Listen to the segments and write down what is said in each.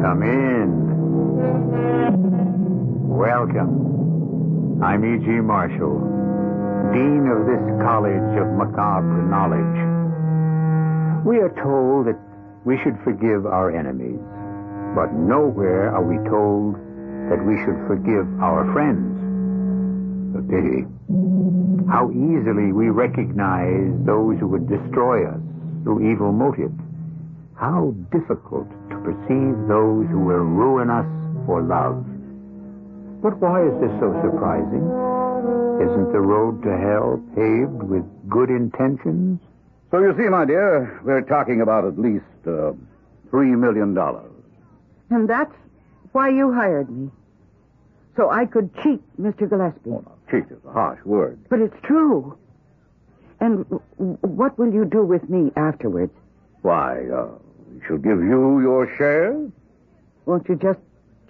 Come in. Welcome. I'm E.G. Marshall, Dean of this College of Macabre Knowledge. We are told that we should forgive our enemies, but nowhere are we told that we should forgive our friends. A pity. How easily we recognize those who would destroy us through evil motives. How difficult to perceive those who will ruin us for love. But why is this so surprising? Isn't the road to hell paved with good intentions? So you see, my dear, we're talking about at least uh, three million dollars. And that's why you hired me. So I could cheat Mr. Gillespie. Cheat is a harsh word. But it's true. And w- w- what will you do with me afterwards? Why, uh, she'll give you your share. Won't you just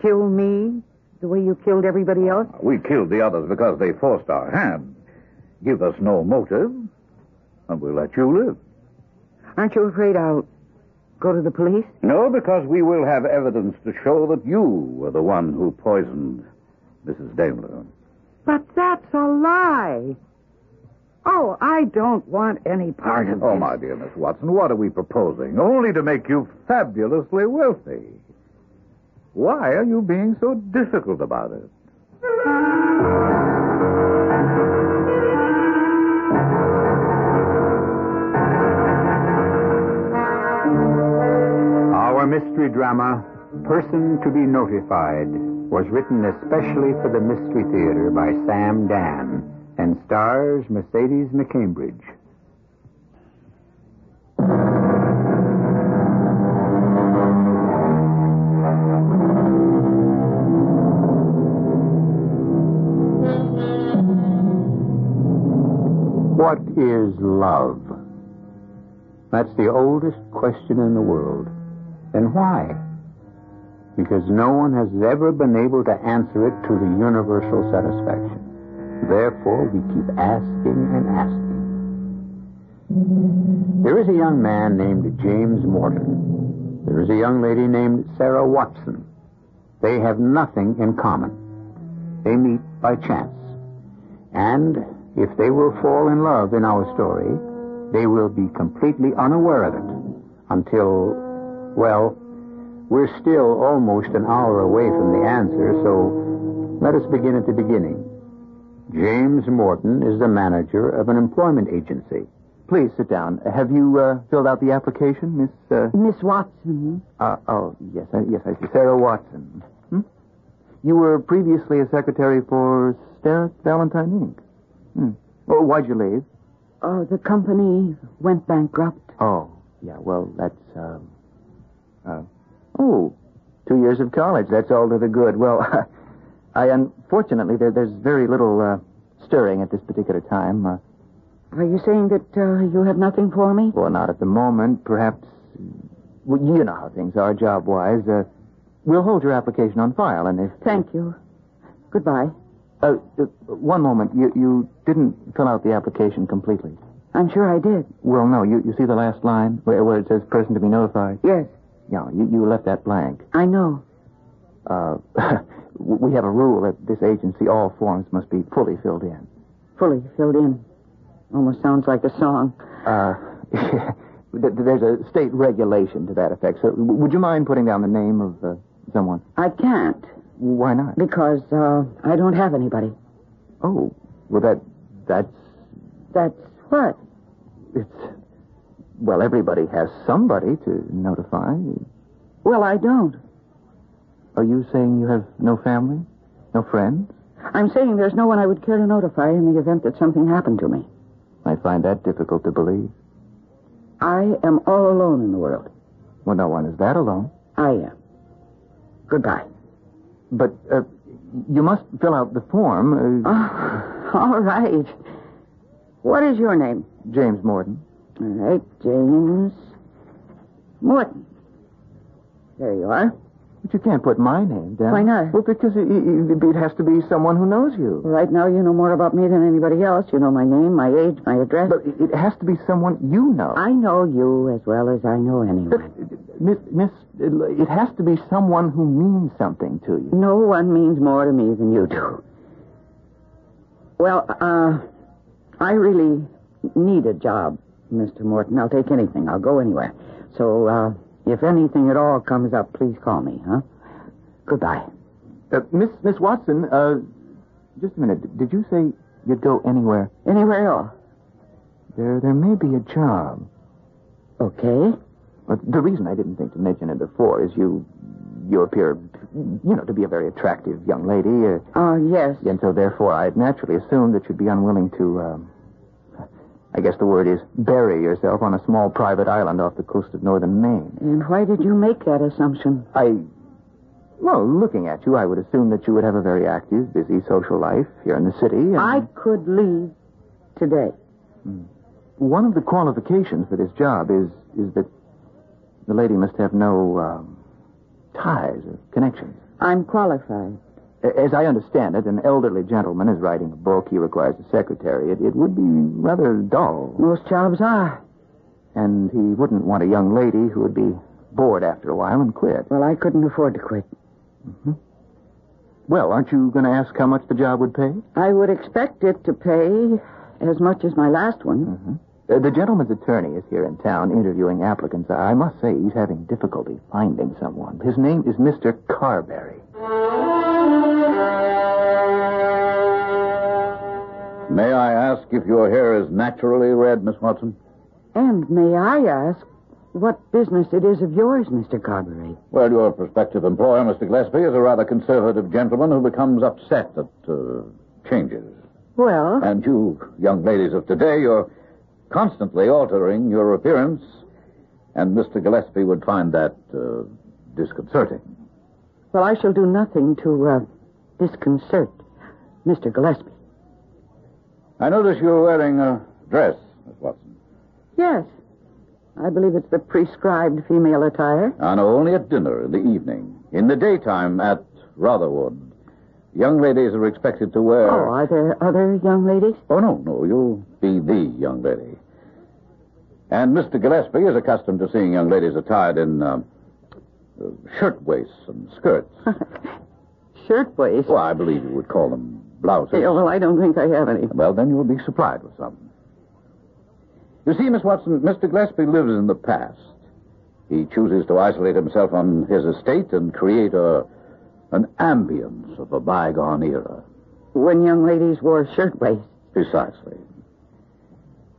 kill me the way you killed everybody else? We killed the others because they forced our hand. Give us no motive, and we'll let you live. Aren't you afraid I'll go to the police? No, because we will have evidence to show that you were the one who poisoned Mrs. Daimler. But that's a lie. Oh, I don't want any part of Oh, this. my dear Miss Watson, what are we proposing? Only to make you fabulously wealthy. Why are you being so difficult about it? Our mystery drama, Person to be Notified, was written especially for the Mystery Theater by Sam Dan and stars Mercedes McCambridge. What is love? That's the oldest question in the world. Then why? Because no one has ever been able to answer it to the universal satisfaction. Therefore, we keep asking and asking. There is a young man named James Morton. There is a young lady named Sarah Watson. They have nothing in common. They meet by chance. And if they will fall in love in our story, they will be completely unaware of it until, well, we're still almost an hour away from the answer, so let us begin at the beginning. James Morton is the manager of an employment agency. Please sit down. Have you uh, filled out the application, Miss? Uh, Miss Watson, uh, oh, yes, I, yes, I see. Sarah Watson. Hmm? You were previously a secretary for Sterrett Valentine Inc. Hmm. Well, why'd you leave? oh, the company went bankrupt. Oh, yeah. Well, that's um, uh, oh, two years of college. That's all to the good. Well, I unfortunately there, there's very little uh, stirring at this particular time. Uh, Are you saying that uh, you have nothing for me? Well, not at the moment. Perhaps. Well, you know how things are job wise. Uh, we'll hold your application on file, and if. Thank you. Goodbye. Uh, uh, one moment. You, you didn't fill out the application completely. I'm sure I did. Well, no. You, you see the last line where, where it says person to be notified? Yes, Yeah, you, you left that blank. I know. Uh, we have a rule at this agency all forms must be fully filled in. Fully filled in. Almost sounds like a song. Uh, th- there's a state regulation to that effect. So w- would you mind putting down the name of uh, someone? I can't Why not? because uh, I don't have anybody. Oh, well, that that's That's what? it's. Well, everybody has somebody to notify. Well, I don't. Are you saying you have no family, no friends? I'm saying there's no one I would care to notify in the event that something happened to me. I find that difficult to believe. I am all alone in the world. Well, no one is that alone. I am. Goodbye. But uh, you must fill out the form. Uh, Oh, all right. What is your name? James Morton. All right, James Morton. There you are. But you can't put my name down. Why not? Well, because it, it, it has to be someone who knows you. Right now, you know more about me than anybody else. You know my name, my age, my address. But it it has to be someone you know. I know you as well as I know anyone. Miss, Miss, it has to be someone who means something to you. No one means more to me than you do. Well, uh, I really need a job, Mr. Morton. I'll take anything. I'll go anywhere. So, uh, if anything at all comes up, please call me, huh? Goodbye. Uh, Miss, Miss Watson, uh, just a minute. Did you say you'd go anywhere? Anywhere at all. There, there may be a job. Okay. But the reason I didn't think to mention it before is you, you appear, you know, to be a very attractive young lady, uh, Uh, yes. and so therefore I naturally assumed that you'd be unwilling to, um, I guess the word is bury yourself on a small private island off the coast of northern Maine. And why did you make that assumption? I, well, looking at you, I would assume that you would have a very active, busy social life here in the city. And I could leave today. one of the qualifications for this job is is that the lady must have no um, ties or connections. I'm qualified. A- As I understand it, an elderly gentleman is writing a book. He requires a secretary. It, it would be rather dull. Most jobs are. And he wouldn't want a young lady who would be bored after a while and quit. Well, I couldn't afford to quit. Well, aren't you going to ask how much the job would pay? I would expect it to pay as much as my last one. Uh, the gentleman's attorney is here in town interviewing applicants. I must say he's having difficulty finding someone. His name is Mr. Carberry. May I ask if your hair is naturally red, Miss Watson? And may I ask what business it is of yours, Mr. Carberry? Well, your prospective employer, Mr. Gillespie, is a rather conservative gentleman who becomes upset at uh, changes. Well, And you, young ladies of today, you're constantly altering your appearance, and Mr. Gillespie would find that uh, disconcerting. well, I shall do nothing to uh, disconcert Mr. Gillespie. I notice you're wearing a dress, Miss Watson. Yes, I believe it's the prescribed female attire. I know only at dinner in the evening. In the daytime at Rotherwood, young ladies are expected to Oh, wear. are there other young ladies? Oh, no, no. You'll be the young lady. And Mr. Gillespie is accustomed to seeing young ladies attired in um, uh, shirtwaists and skirts. Shirtwaist. well, I believe you would call them blouses. Yeah, well, I don't think I have any. Well, then you'll be supplied with some. You see, Miss Watson, Mr. Gillespie lives in the past. He chooses to isolate himself on his estate and create a an ambience of a bygone era. When young ladies wore shirtwaists. Precisely.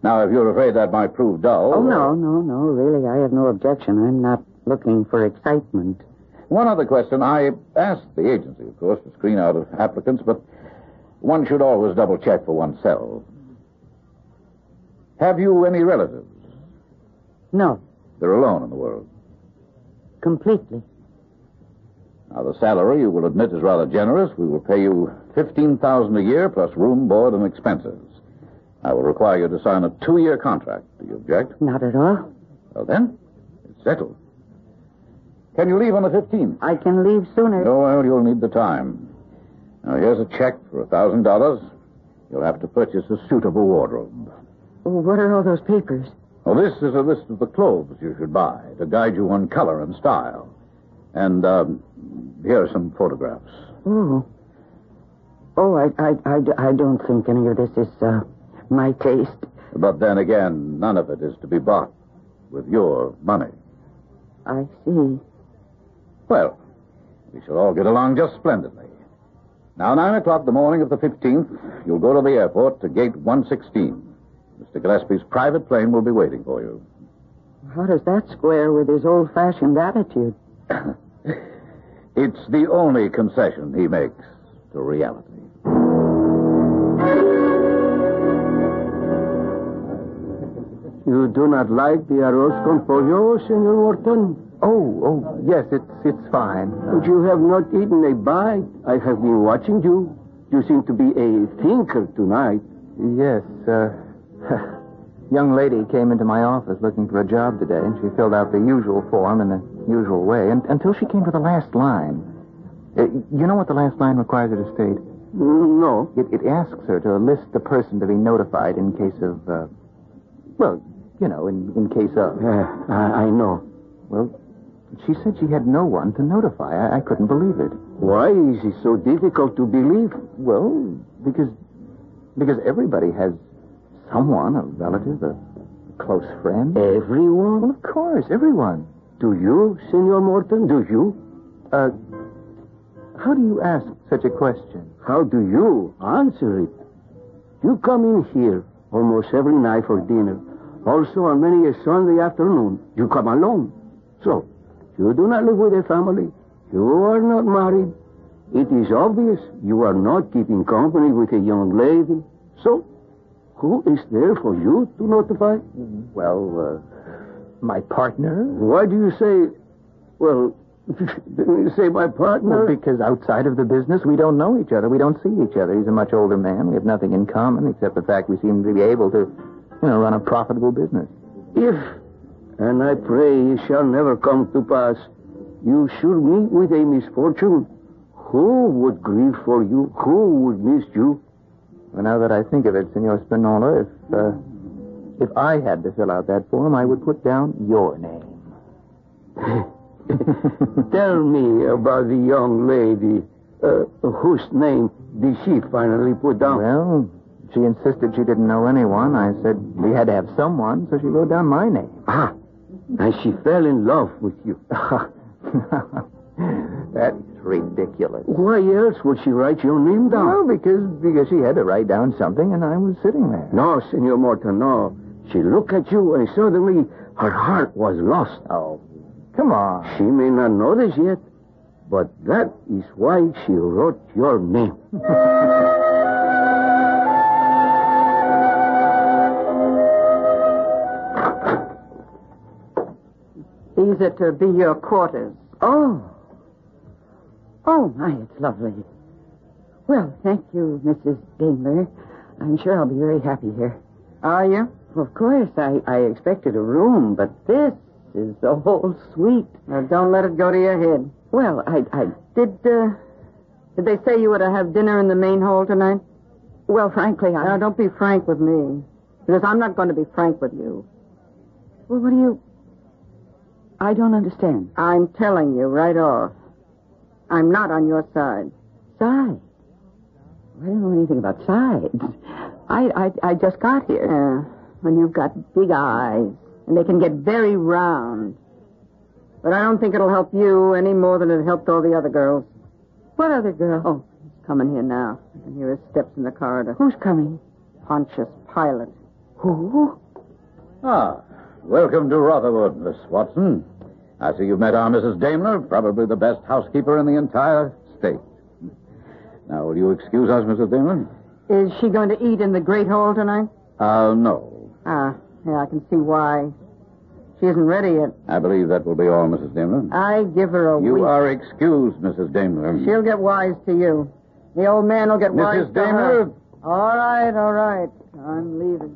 Now, if you're afraid that might prove dull. Oh, uh, no, no, no, really, I have no objection. I'm not looking for excitement. uh, One other question. I asked the agency, of course, to screen out applicants, but one should always double check for oneself. Have you any relatives? No, They're alone in the world. completely. Now, the salary, you will admit, is rather generous. We will pay you 15000 a year plus room, board, and expenses. I will require you to sign a two year contract. Do you object? Not at all. Well, then, it's settled. Can you leave on the 15th? I can leave sooner. Oh, well, you'll need the time. Now, here's a check for a $1,000. You'll have to purchase a suitable wardrobe. Oh, What are all those papers? Well, this is a list of the clothes you should buy to guide you on color and style. And um, here are some photographs. Oh. Oh, I, I, I, I don't think any of this is uh, my taste. But then again, none of it is to be bought with your money. I see. Well, we shall all get along just splendidly. Now, nine o'clock the morning of the 15th, you'll go to the airport to gate 116. Mr. Gillespie's private plane will be waiting for you. How does that square with his old fashioned attitude? It's the only concession he makes to reality. You do not like the arroz con pollo, Senor Morton? Oh, oh, yes, it's it's fine. But you have not eaten a bite. I have been watching you. You seem to be a thinker tonight. Yes, uh, young lady came into my office looking for a job today, and she filled out the usual form, and the usual way, and, until she came to the last line. Uh, you know what the last line requires her to state? No. It, it asks her to list the person to be notified in case of, uh, well, you know, in, in case of. Uh, I, I know. Well, she said she had no one to notify. I, I couldn't believe it. Why is it so difficult to believe? Well, because because everybody has someone, a relative, a close friend. Everyone? Well, of course, everyone. Do you, Senor Morton? Do you? Uh, how do you ask such a question? How do you answer it? You come in here almost every night for dinner. Also on many a Sunday afternoon. You come alone. So, you do not live with a family. You are not married. It is obvious you are not keeping company with a young lady. So, who is there for you to notify? Well, uh, my partner. Why do you say, well, didn't you say my partner? Well, because outside of the business, we don't know each other. We don't see each other. He's a much older man. We have nothing in common except the fact we seem to be able to, you know, run a profitable business. If, and I pray it shall never come to pass, you should meet with a misfortune, who would grieve for you? Who would miss you? Well, now that I think of it, Senor Spinola, if uh, if I had to fill out that form, I would put down your name. Tell me about the young lady. Uh, whose name did she finally put down? Well, she insisted she didn't know anyone. I said we had to have someone, so she wrote down my name. ah, and she fell in love with you. Ah. That's ridiculous. Why else would she write your name down? Well, because because she had to write down something, and I was sitting there. No, Senor Morton, no. She looked at you and suddenly her heart was lost. Oh, come on. She may not know this yet, but that is why she wrote your name. These are to be your quarters. Oh. Oh, my, it's lovely. Well, thank you, Mrs. Daimler. I'm sure I'll be very happy here. Are you? Of course, I, I expected a room, but this is the whole suite. Now, don't let it go to your head. Well, I, I, Did, uh, did they say you were to have dinner in the main hall tonight? well, frankly, I. Now, don't be frank with me, because I'm not going to be frank with you. Well, what do you. I don't understand. I'm telling you right off. I'm not on your side. Sides. I don't know anything about sides. I, I, I just got here. Yeah, when you've got big eyes, and they can get very round. But I don't think it'll help you any more than it helped all the other girls. What other girl? Oh, he's coming here now. I can hear his steps in the corridor. Who's coming? Pontius Pilate. Who? Ah, welcome to Rotherwood, Miss Watson. I see you've met our Mrs. Daimler, probably the best housekeeper in the entire state. Now, will you excuse us, Mrs. Daimler? Is she going to eat in the great hall tonight? Uh, no. Ah, yeah, I can see why. She isn't ready yet. I believe that will be all, Mrs. Daimler. I give her Uh, a You week. are excused, Mrs. Daimler. She'll get wise to you. The old man will get wise Mrs. to Daimler? her. All right, all right. I'm leaving.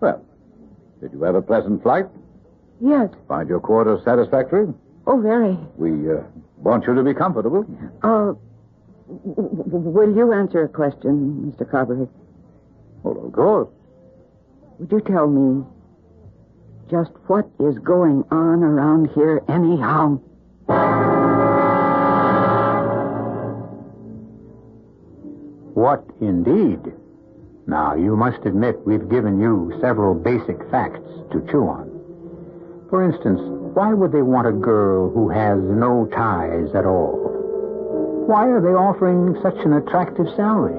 Well, did you have a pleasant flight? Yes. Find your quarters satisfactory? Oh, very. We uh, want you to be comfortable. Uh, w- w- will you answer a question, Mr. Carberry? Well, of course. Would you tell me just what is going on around here, anyhow? What indeed? Now, you must admit we've given you several basic facts to chew on. For instance, why would they want a girl who has no ties at all? Why are they offering such an attractive salary?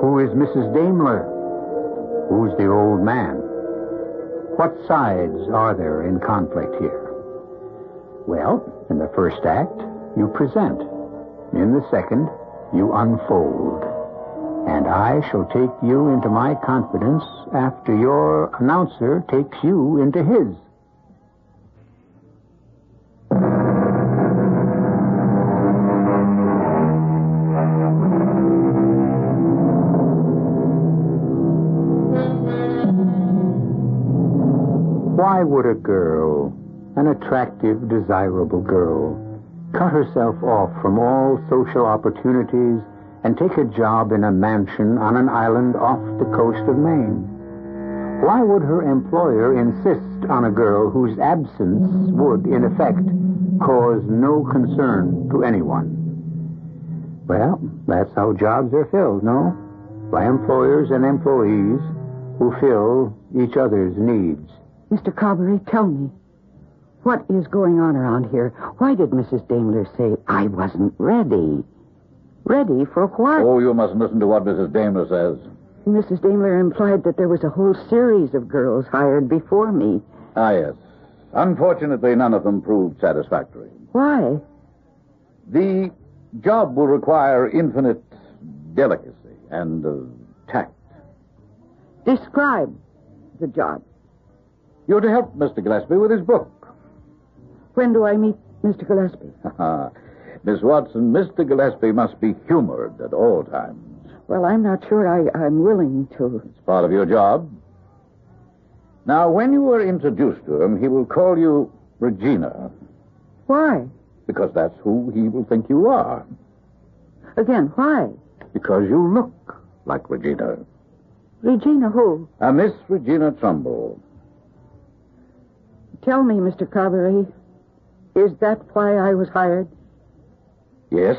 Who is Mrs. Daimler? Who's the old man? What sides are there in conflict here? Well, in the first act, you present. In the second, you unfold. And I shall take you into my confidence after your announcer takes you into his. Why would a girl an attractive, desirable girl, cut herself off from all social opportunities, and take a job in a mansion on an island off the coast of Maine? Why would her employer insist on a girl whose absence would, in effect, cause no concern to anyone? Well, that's how jobs are filled, no? By employers and employees who fill each other's needs. Mr. Carberry, tell me. What is going on around here? Why did Mrs. Daimler say I wasn't ready? Ready for what? Oh, you mustn't listen to what Mrs. Daimler says. Mrs. Daimler implied that there was a whole series of girls hired before me. Ah, yes. Unfortunately, none of them proved satisfactory. Why? The job will require infinite delicacy and uh, tact. Describe the job. You're to help Mr. Gillespie with his book. When do I meet Mr. Gillespie? Miss Watson, Mr. Gillespie must be humored at all times. Well, I'm not sure I, I'm willing to. It's part of your job. Now, when you are introduced to him, he will call you Regina, Why? because that's who he will think you are, Again, why? because you look like Regina. Regina, who? A Miss Regina Trumbull. Tell me, Mr. Carberry, is that why I was hired? Yes,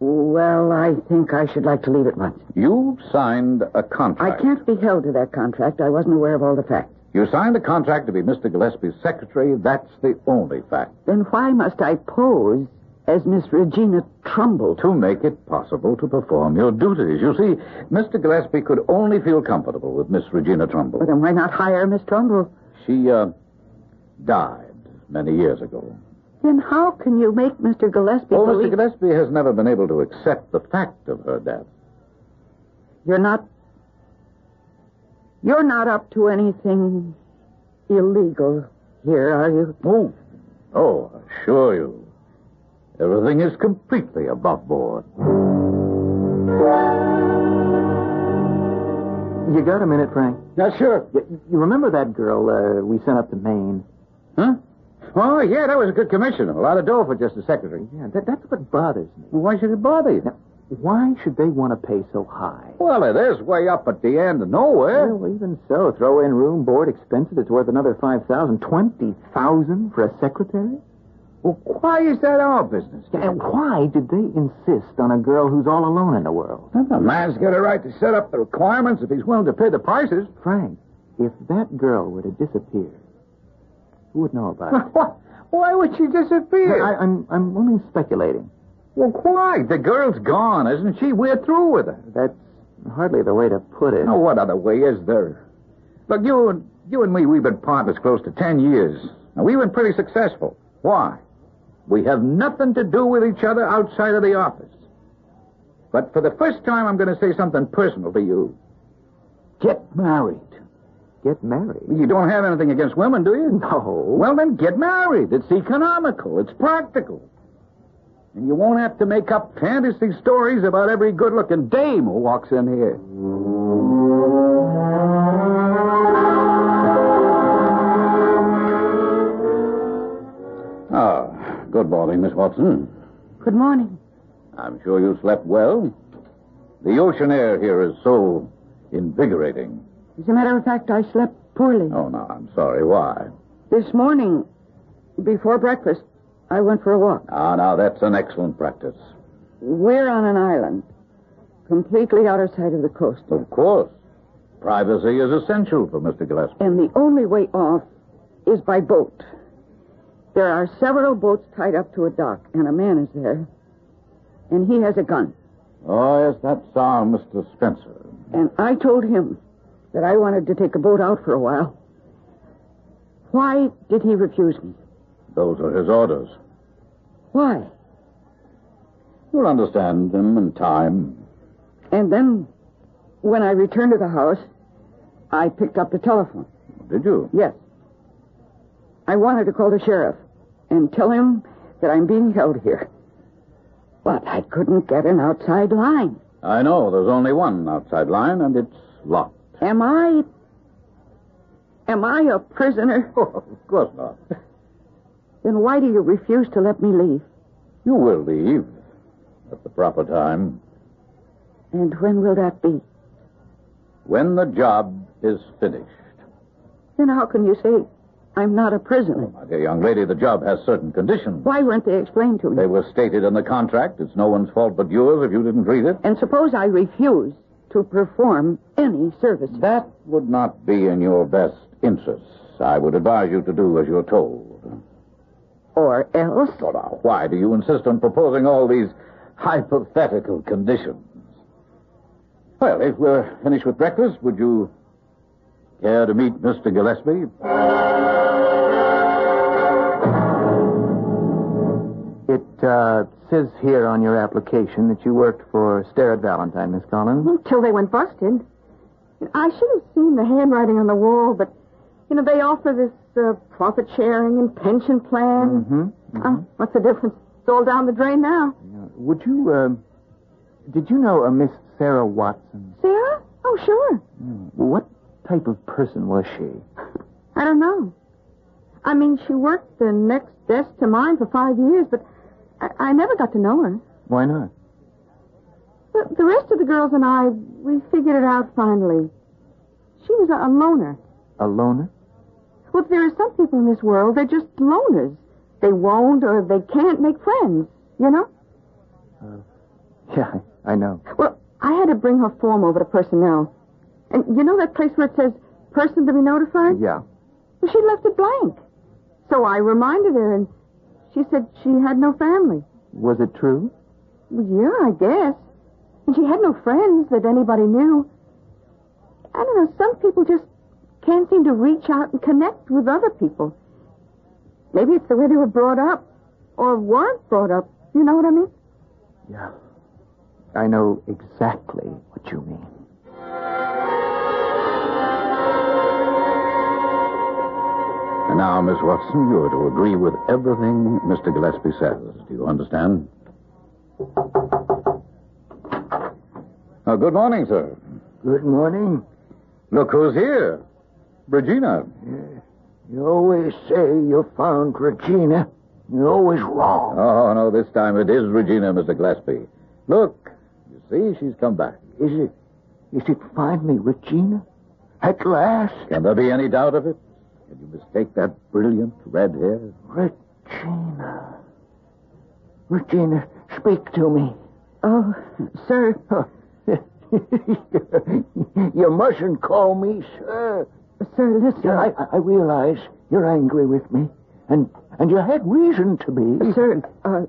Well, I think I should like to leave at once. you signed a I contract. can't be held to that contract. I wasn't aware of all the facts. You signed a contract to be Mr. Gillespie's secretary. That's the only fact. Then why must I pose as Miss Regina Trumbull? To make it possible to perform your duties. You see, Mr. Gillespie could only feel comfortable with Miss Regina Trumbull. Well, then why not hire Miss Trumbull? She uh, died many years ago. Then how can you make Mr. Gillespie Oh, believe Mr. Gillespie has never been able to accept the fact of her death. you're not you're not up to anything illegal here, are you? Oh, oh, I assure you, everything is completely above board. You got a minute, Frank? Yeah, sure. You, you remember that girl uh, we sent up to Maine? Huh? Oh, yeah, that was a good commission. A lot of dough for just a secretary. Yeah, that, that's what bothers me. Why should it bother you? Why should they want to pay so high? Well, it is way up at the end of nowhere. Well, even so, throw in room, board, expenses. It's worth another five thousand, twenty thousand for a secretary. Well, why is that our business? Yeah, and why did they insist on a girl who's all alone in the world? A man's got a right to set up the requirements if he's willing to pay the prices. Frank, if that girl were to disappear, who would know about it? What? Why would she disappear? I, I'm I'm only speculating. Well, why? The girl's gone, isn't she? We're through with her. That's hardly the way to put it. Now, what other way is there? Look, you and you and me, we've been partners close to ten years. Now, we've been pretty successful. Why? We have nothing to do with each other outside of the office. But for the first time, I'm going to say something personal to you. Get married. Get married. You don't have anything against women, do you? No. Well, then get married. It's economical. It's practical. And you won't have to make up fantasy stories about every good looking dame who walks in here. Ah, good morning, Miss Watson. Good morning. I'm sure you slept well. The ocean air here is so invigorating. As a matter of fact, I slept poorly. Oh, no, I'm sorry. Why? This morning, before breakfast, I went for a walk. Ah, now that's an excellent practice. We're on an island, completely out of sight of the coast. Of course. Privacy is essential for Mr. Gillespie. And the only way off is by boat. There are several boats tied up to a dock, and a man is there. And he has a gun. Oh, yes, that's our Mr. Spencer. And I told him that I wanted to take a boat out for a while. Why did he refuse me? Those are his orders. Why? You'll understand them in time. And then, when I returned to the house, I picked up the telephone. Did you? Yes. I wanted to call the sheriff and tell him that I'm being held here. But I couldn't get an outside line. I know. There's only one outside line, and it's locked. Am I Am I a prisoner? Oh, of course not. Then why do you refuse to let me leave? You will leave at the proper time And when will that be? when the job is finished. Then how can you say I'm not a prisoner? My dear young lady, the job has certain conditions. Why weren't they explained to me? They were stated in the contract. It's no one's fault but yours if you didn't read it. And suppose I refuse to perform any service. That would not be in your best interests. I would advise you to do as you're told. Or else? So now, why do you insist on proposing all these hypothetical conditions? Well, if we're finished with breakfast, would you care to meet Mr. Gillespie? It uh, says here on your application that you worked for Sterrett Valentine, Miss Collins. Until they went busted. I should have seen the handwriting on the wall, but, you know, they offer this uh, profit sharing and pension plan. Mm-hmm. Oh, what's the difference? It's all down the drain now. Would you, uh, did you know a Miss Sarah Watson? Sarah? Oh, sure. What type of person was she? I don't know. I mean, she worked the next desk to mine for five years, but I, I never got to know her. Why not? The, the rest of the girls and I, we figured it out finally. She was a, a loner. A loner? Well, there are some people in this world, they're just loners. They won't or they can't make friends, you know? Yeah, I know. Well, I had to bring her form over to personnel. And you know that place where it says person to be notified? Yeah. Well, she left it blank. So I reminded her, and she said she had no family. Was it true? Well, yeah, I guess. And she had no friends that anybody knew. I don't know, some people just can't seem to reach out and connect with other people. Maybe it's the way they were brought up, or weren't brought up. You know what I mean? Yeah. I know exactly what you mean. And now, Miss Watson, you are to agree with everything Mr. Gillespie says. Do you understand? Uh, good morning, sir. Good morning. Look who's here. Regina. You always say you found Regina. You're always wrong. Oh, no, this time it is Regina, Mr. Gillespie. Look, you see, she's come back. Is it? Is it finally Regina? At last, Can there be any doubt of it? Can you mistake that brilliant red hair? Regina. Regina, speak to me. Oh, sir. you mustn't call me sir. Sir, listen. Yeah, I, I realize you're angry with me, and and you had reason to be. Sir, uh,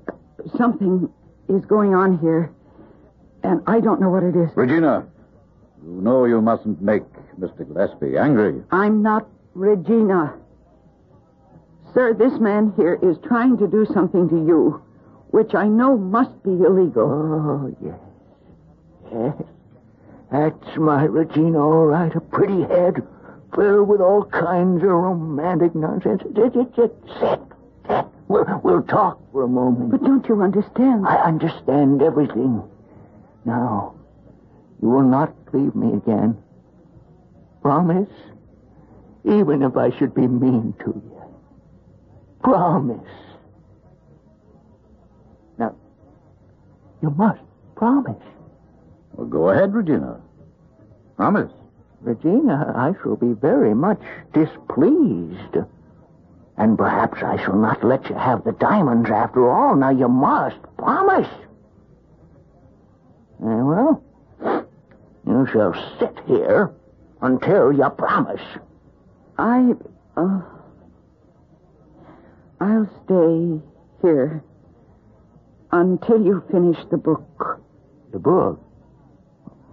something is going on here, and I don't know what it is. Regina, you know you mustn't make Mr. Gillespie angry. I'm not Regina. Sir, this man here is trying to do something to you, which I know must be illegal. Oh yes, yes. That's my Regina, all right. A pretty head filled with all kinds of romantic nonsense. Just, just, just sit. sit. We'll, we'll talk for a moment. But don't you understand? I understand everything. Now, you will not leave me again. Promise? Even if I should be mean to you. Promise. Now, you must promise. Well, go ahead, Regina. Promise. Regina, I shall be very much displeased. And perhaps I shall not let you have the diamonds after all. Now you must promise. Eh, well, you shall sit here until you promise. I. Uh, I'll stay here until you finish the book. The book.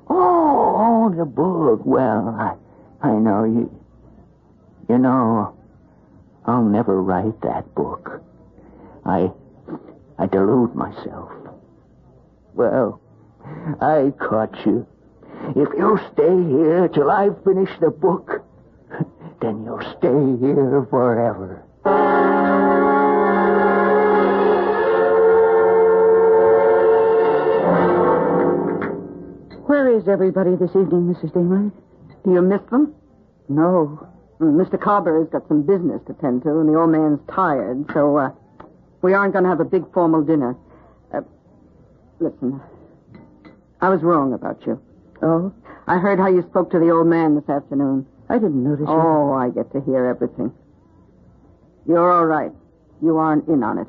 Oh, oh, the book. Well, I, I know you. You know, I'll never write that book. I, I delude myself. Well, I caught you. If you stay here till I finish the book, then you'll stay here forever. Where is everybody this evening, Mrs. Damer? Do you miss them? No. Mr. Carberry's got some business to tend to, and the old man's tired, so uh, we aren't going to have a big formal dinner. Uh, listen, I was wrong about you. Oh, I heard how you spoke to the old man this afternoon. I didn't notice you. Oh, I get to hear everything. You're all right. You aren't in on it.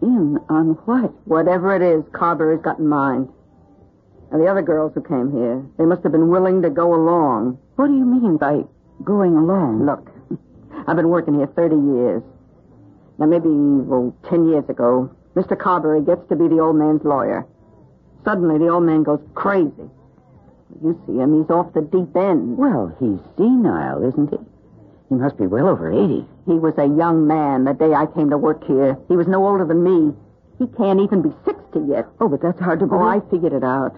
In on what? Whatever it is, Carberry's got in mind. And the other girls who came here, they must have been willing to go along. What do you mean by going along? Look, I've been working here 30 years. Now, maybe, well, 10 years ago, Mr. Carberry gets to be the old man's lawyer. Suddenly, the old man goes crazy. You see him, he's off the deep end. Well, he's senile, isn't he? He must be well over 80. He was a young man the day I came to work here. He was no older than me. He can't even be 60 yet. Oh, but that's hard to Oh, believe. I figured it out.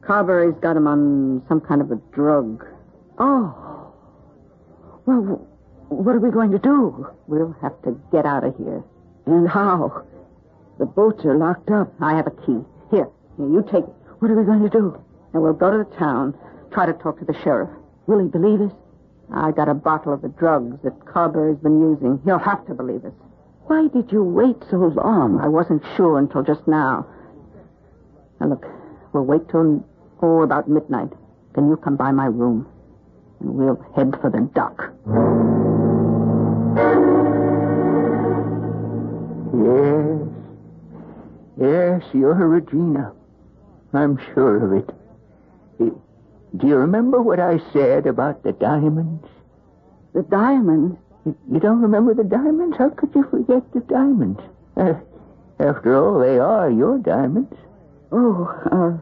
Carberry's got him on some kind of a drug. Oh. Well, wh- what are we going to do? We'll have to get out of here. And how? The boats are locked up. I have a key. Here, here, you take it. What are we going to do? And we'll go to the town, try to talk to the sheriff. Will he believe us? I got a bottle of the drugs that Carberry's been using. He'll have to believe us. Why did you wait so long? I wasn't sure until just now. Now, look, we'll wait till, oh, about midnight. Then you come by my room, and we'll head for the dock. Yes. Yes, you're Regina. I'm sure of it. Eh, Do you remember what I said about the diamonds? The diamond. You you don't remember the diamonds? How could you forget the diamonds? Uh, after all, they are your diamonds. Oh, uh,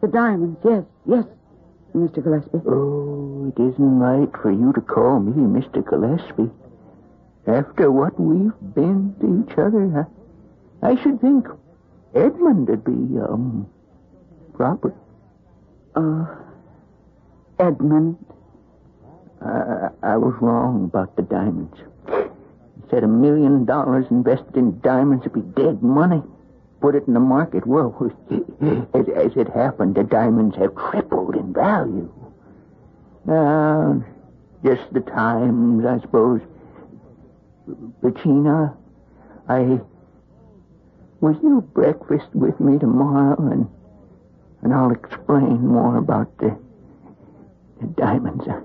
the diamonds. Yes, yes, Mr. Gillespie. Oh, it isn't right for you to call me Mr. Gillespie. After what we've been to each other, I, I should think Edmund would be, um, proper. Uh, Edmund. I, I was wrong about the diamonds. Said a million dollars invested in diamonds would be dead money. Put it in the market. Well, as, as it happened, the diamonds have tripled in value. Now, just the times, I suppose. Regina, I. Will you breakfast with me tomorrow, and and I'll explain more about the, the diamonds. I-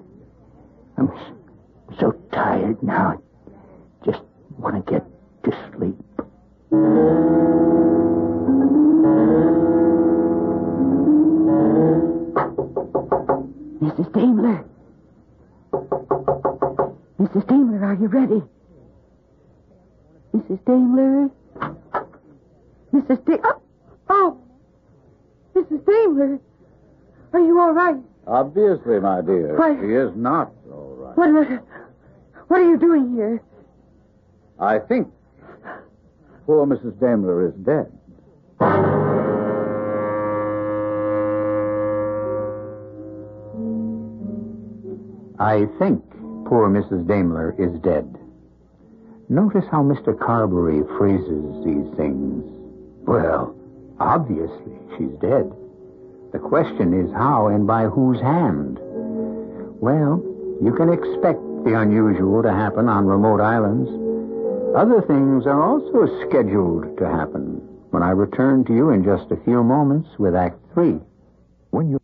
I'm s- so tired now. Just want to get to sleep. Mrs. Daimler. Mrs. Daimler, are you ready? Mrs. Daimler. Mrs. D. Oh, oh, Mrs. Daimler, are you all right? Obviously, my dear, Why- she is not all right. What, what, what are you doing here? I think poor Mrs. Daimler is dead. I think poor Mrs. Daimler is dead. Notice how Mr. Carberry phrases these things. Well, obviously she's dead. The question is how and by whose hand. Well, you can expect the unusual to happen on remote islands. Other things are also scheduled to happen when I return to you in just a few moments with Act Three. When you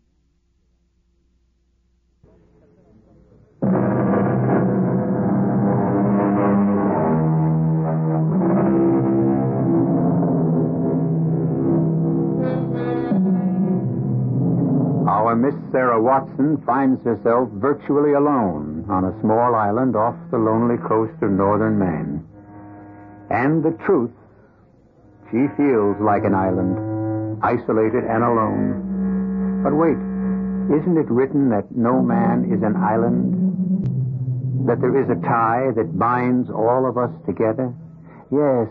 Our Miss Sarah Watson finds herself virtually alone on a small island off the lonely coast of northern Maine. And the truth, she feels like an island, isolated and alone. But wait, isn't it written that no man is an island? That there is a tie that binds all of us together? Yes,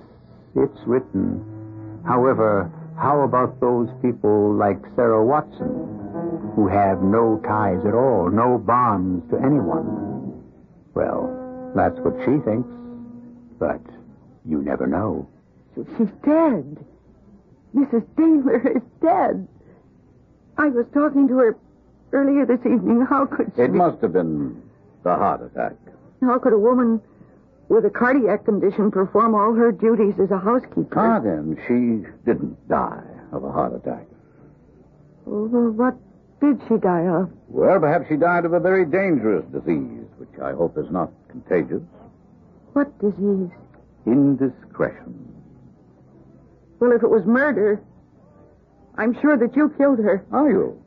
it's written. However, how about those people like Sarah Watson? who have no ties at all, no bonds to anyone. Well, that's what she thinks, but you never know. So she's dead. Mrs. Daimler is dead. I was talking to her earlier this evening. How could It must have been The heart attack. How could a woman with a cardiac condition perform all her duties as a housekeeper? Ah, then, she didn't die of a heart attack. Well, what did she die of? Well, perhaps she died of a very dangerous disease, which I hope is not contagious. What disease? Indiscretion. Well, if it was murder, I'm sure that you killed her, Are you?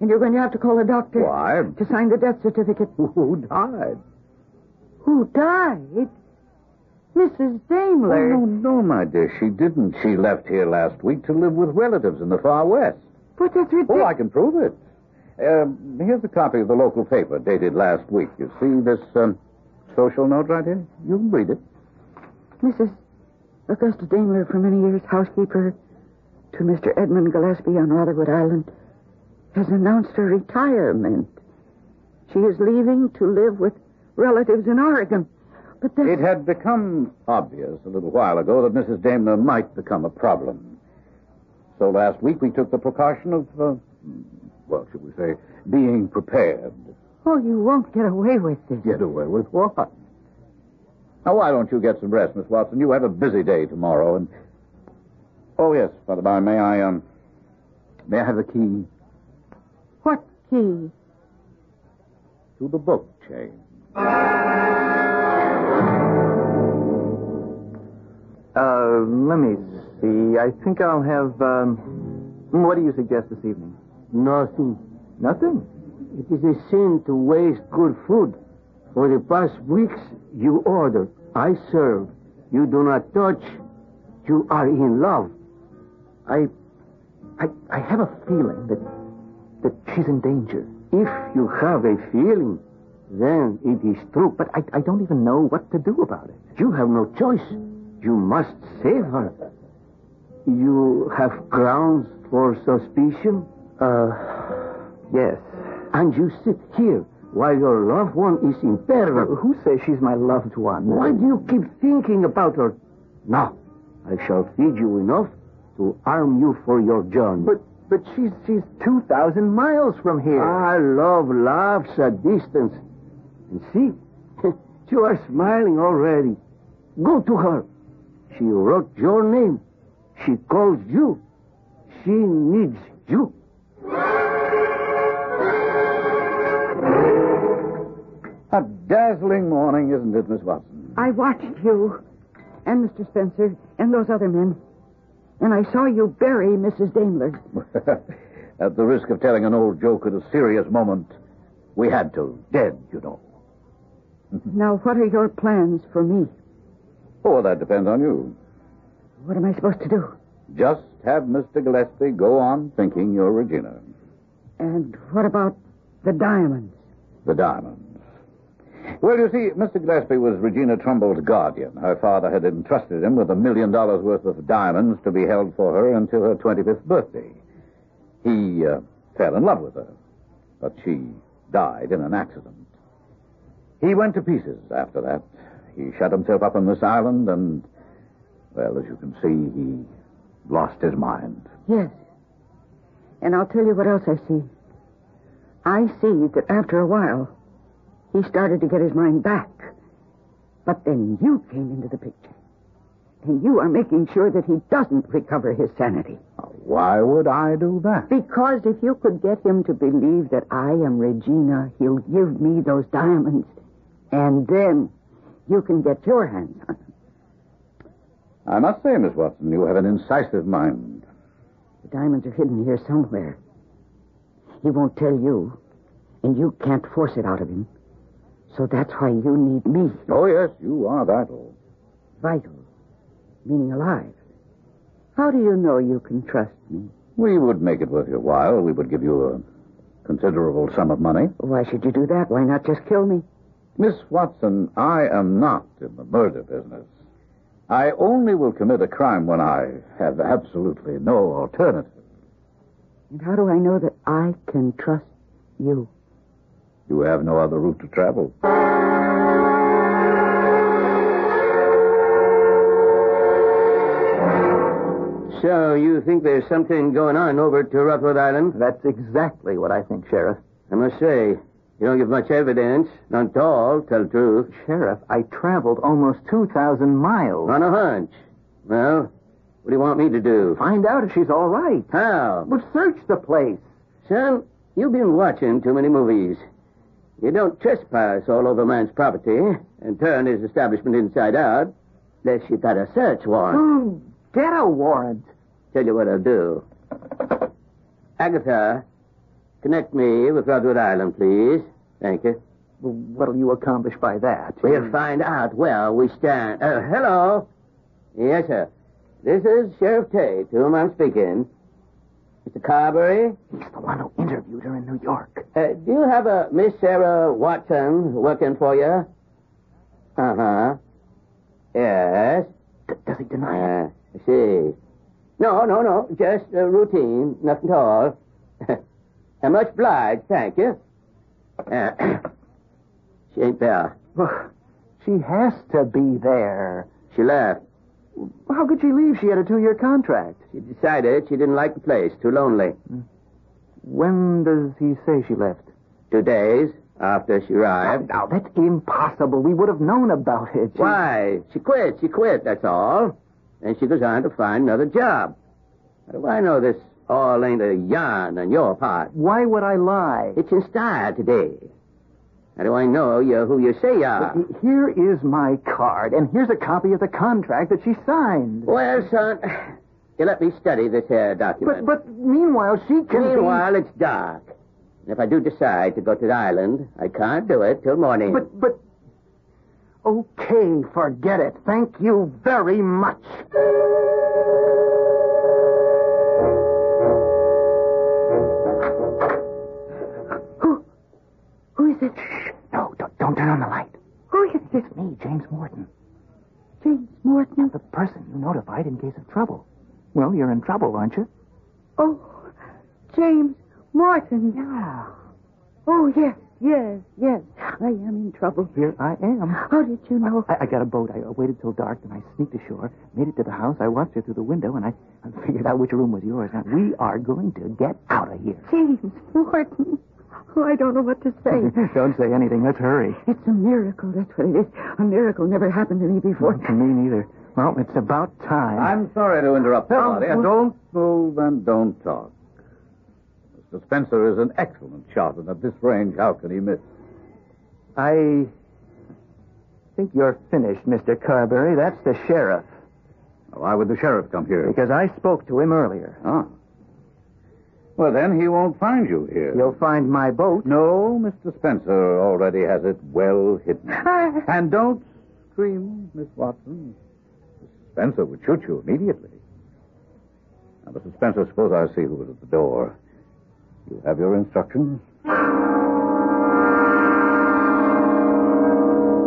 and you're going to have to call a doctor Why? to sign the death certificate. Who died? Who died? Oh, Mrs. Daimler. no, no, my dear, she didn't. She left here last week to live with relatives in the far west. But that's Oh, ridiculous. I can prove it. Um, here's a copy of the local paper dated last week. You see this um, social note right here? You can read it. Mrs. Augusta Daimler, for many years housekeeper to Mr. Edmund Gillespie on Rotherwood Island, has announced her retirement. She is leaving to live with relatives in Oregon. But that It had become obvious a little while ago that Mrs. Daimler might become a problem. So last week we took the precaution of, uh, well, should we say, being prepared. oh, you won't get away with this. Get away with what? Now, why don't you get some rest, Miss Watson? You have a busy day tomorrow, and oh yes, by the by, may I um, may I have the key What key? to the book chain? Uh, let me see. I think I'll have. Um, what do you suggest this evening? Nothing. Nothing. It is a sin to waste good food. For the past weeks, you order, I serve. You do not touch. You are in love. I, I, I have a feeling that that she's in danger. If you have a feeling, then it is true. But I, I don't even know what to do about it. You have no choice. You must save her. You have grounds for suspicion, Uh, yes. and you sit here while your loved one is in peril. Uh, Who says she's my loved one? Why do you keep thinking about her? Now, I shall feed you enough to arm you for your journey. But but she's she's two thousand miles from here. Ah, love laughs at distance. And see, you are smiling already. Go to her. She wrote your name. She calls you. She needs you. A dazzling morning, isn't it, Miss Watson? I watched you and Mr. Spencer and those other men. And I saw you bury Mrs. Daimler. At the risk of telling an old joke at a serious moment, we had to. Dead, you know. Now, what are your plans for me? Oh, that depends on you. What am I supposed to do? Just have Mr. Gillespie go on thinking you're Regina. And what about the diamonds? The diamonds. Well, you see, Mr. Gillespie was Regina Trumbull's guardian. Her father had entrusted him with a million dollars worth of diamonds to be held for her until her 25th birthday. He uh, fell in love with her, but she died in an accident. He went to pieces after that. He shut himself up on this island and, well, as you can see, he lost his mind. Yes. And I'll tell you what else I see. I see that after a while, he started to get his mind back. But then you came into the picture. And you are making sure that he doesn't recover his sanity. Now, why would I do that? Because if you could get him to believe that I am Regina, he'll give me those diamonds. And then you can get your hands on them. I must say, Miss Watson, you have an incisive mind. The diamonds are hidden here somewhere. He won't tell you, and you can't force it out of him. So that's why you need me. Oh, yes, you are vital. Vital, meaning alive. How do you know you can trust me? We would make it worth your while. We would give you a considerable sum of money. Why should you do that? Why not just kill me? Miss Watson, I am not in the murder business. I only will commit a crime when I have absolutely no alternative. And how do I know that I can trust you? You have no other route to travel. So you think there's something going on over to Rutherford Island? That's exactly what I think, Sheriff. I must say, You don't give much evidence. None at all, tell the truth. Sheriff, I traveled almost 2,000 miles. On a hunch. Well, what do you want me to do? Find out if she's all right. How? Well, search the place. Son, you've been watching too many movies. You don't trespass all over man's property and turn his establishment inside out unless you've got a search warrant. Hmm, Get a warrant. Tell you what I'll do. Agatha, connect me with Rodwood Island, please. Thank you. Well, What'll you accomplish by that? We'll find out where we stand. Uh, hello. Yes, sir. This is Sheriff Tate, to whom I'm speaking. Mr. Carberry, He's the one who interviewed her in New York. uh, do you have a Miss Sarah Watson working for you? Uh huh. Yes. D- does he deny it? Uh, I see. No, no, no. Just uh, routine. Nothing at all. I'm much obliged, thank you. Uh, she ain't there. Well, she has to be there. She left. How could she leave? She had a two-year contract. She decided she didn't like the place. Too lonely. When does he say she left? Two days after she arrived. Uh, now, that's impossible. We would have known about it. Oh, She- Why? She quit. She quit, that's all. And she goes on to find another job. How do I know this all ain't a yarn on your part? Why would I lie? It's in style today. How do I know you're who you say you are? Here is my card, and here's a copy of the contract that she signed. Well, son, you let me study this here document. But but meanwhile, she can. be- Meanwhile, it's dark. And if I do decide to go to the island, I can't do it till morning. But but. Okay, forget it. Thank you very much. Who? Who is it? Shh. No, don't, don't turn on the light. Who is it? Me, James Morton, James Morton. the person you notified in case of trouble. Well, you're in trouble, aren't you? Oh, James Morton. Yeah. Oh, yes, yes, yes. I am in trouble. Here I am. How did you know? I, I got a boat. I uh, waited till dark, and I sneaked ashore, made it to the house. I watched her through the window, and I, I figured out which room was yours. Now, we are going to get out of here. James Morton. Oh, I don't know what to say. Don't say anything. Let's hurry. it's a miracle. That's what it is. A miracle never happened to me before. to me, neither. Well, it's about time. I'm sorry to interrupt. Oh, Claudia. well- don't move and don't talk. Mr. Spencer is an excellent shot, and at this range, how can he miss? I think you're finished, Mr. Carberry. That's the sheriff, Why would the sheriff come here? because I spoke to him earlier. Ah. Well, then he won't find you here. You'll find my boat. No, Mr. Spencer already has it well hidden. and don't scream, Miss Watson. Mrs. Spencer would shoot you immediately. Now, Mrs. Spencer, suppose I see who was at the door. You have your instructions?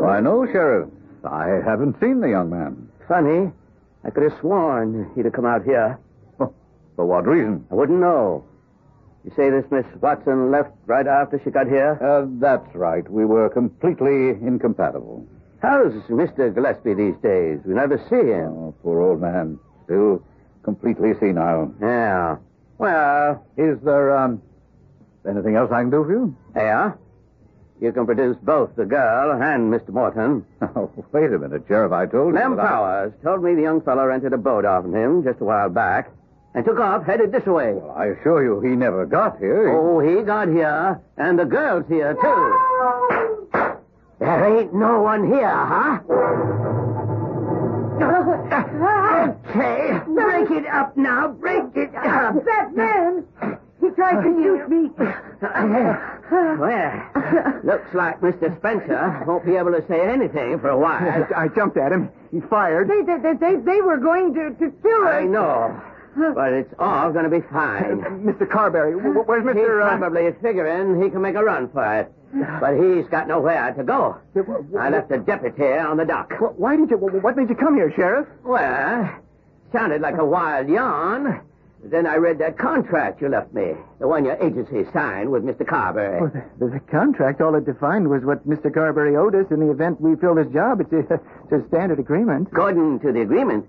Why, no, Sheriff. I haven't seen the young man. funny, I could have sworn he'd have come out here. For what reason? I wouldn't know. You say this Miss Watson left right after she got here? Uh, that's right. We were completely incompatible. How's Mr. Gillespie these days? We never see him. Oh, poor old man. Still completely senile. Yeah. Well, Is there um, anything else I can do for you? yeah. You can produce both the girl and Mr. Morton. Oh, wait a minute, Sheriff. I told Lem you. that I- Powers told me the young fellow rented a boat off of him just a while back and took off headed this way. Well, I assure you, he never got here. Oh, he got here, and the girl's here, too. There ain't no one here, huh? Okay, break it up now. Break it up. That man! He tried to shoot me. Well, looks like Mr. Spencer won't be able to say anything for a while. I jumped at him. He fired. They, they, they, they, they were going to, to kill us. I know, but it's all going to be fine. Mr. Carberry, wh- wh- where's He's Mr. uh, probably figuring he can make a run for it, but he's got nowhere to go. I left a deputy on the dock. wh- Why did you? wh- What made you come here, Sheriff? Well, sounded like a wild yarn. Then I read that contract you left me, the one your agency signed with Mr. Carberry. Well, the, the, the contract, all it defined was what Mr. Carberry owed us in the event we filled his job. It's a, it's a standard agreement. According to the agreement,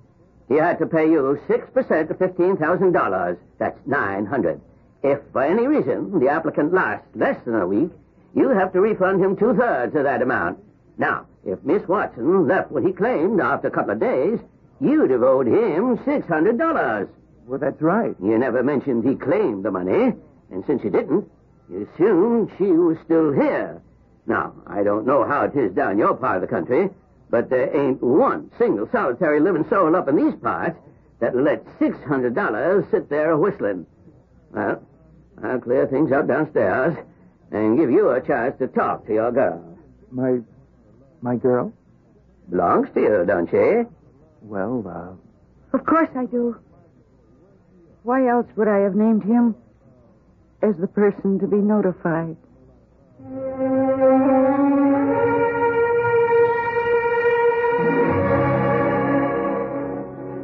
he had to pay you 6% of $15,000. That's 900 If for any reason the applicant lasts less than a week, you have to refund him two thirds of that amount. Now, if Miss Watson left what he claimed after a couple of days, you'd have owed him six hundred dollars. Well, that's right. You never mentioned he claimed the money, and since you didn't, you assumed she was still here. Now, I don't know how it is down your part of the country, but there ain't one single solitary living soul up in these parts that'll let six hundred dollars sit there whistling. Well, I'll clear things up downstairs and give you a chance to talk to your girl. My, my girl? Belongs to you, don't she? Well, uh, Of course I do. Why else would I have named him as the person to be notified?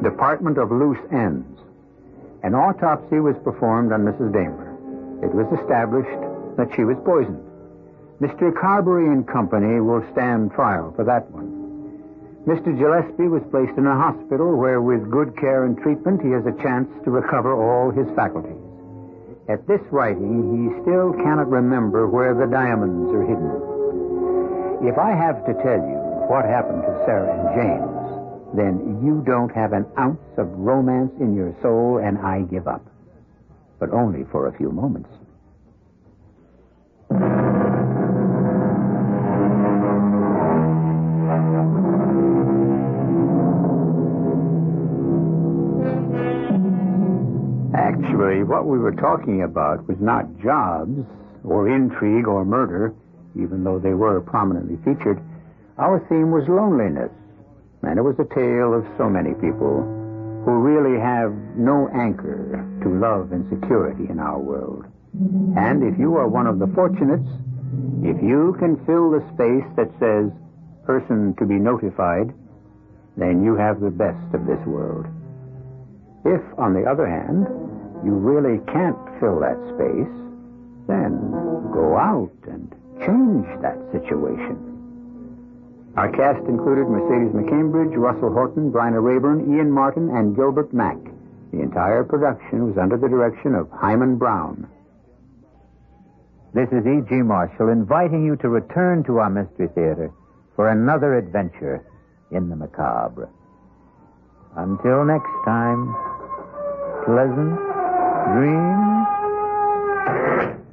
Department of Loose Ends. An autopsy was performed on Mrs. Daimler. It was established that she was poisoned. Mr. Carberry and Company will stand trial for that one. Mr. Gillespie was placed in a hospital where, with good care and treatment, he has a chance to recover all his faculties. At this writing, he still cannot remember where the diamonds are hidden. If I have to tell you what happened to Sarah and James, then you don't have an ounce of romance in your soul, and I give up. But only for a few moments. Actually, what we were talking about was not jobs or intrigue or murder, even though they were prominently featured. Our theme was loneliness, and it was the tale of so many people who really have no anchor to love and security in our world. And if you are one of the fortunates, if you can fill the space that says person to be notified, then you have the best of this world. If, on the other hand, you really can't fill that space, then go out and change that situation. Our cast included Mercedes McCambridge, Russell Horton, Bryna Rayburn, Ian Martin, and Gilbert Mack. The entire production was under the direction of Hyman Brown. E This is E.G. Marshall inviting you to return to our Mystery Theater for another adventure in the macabre. Until next time, pleasant dreams.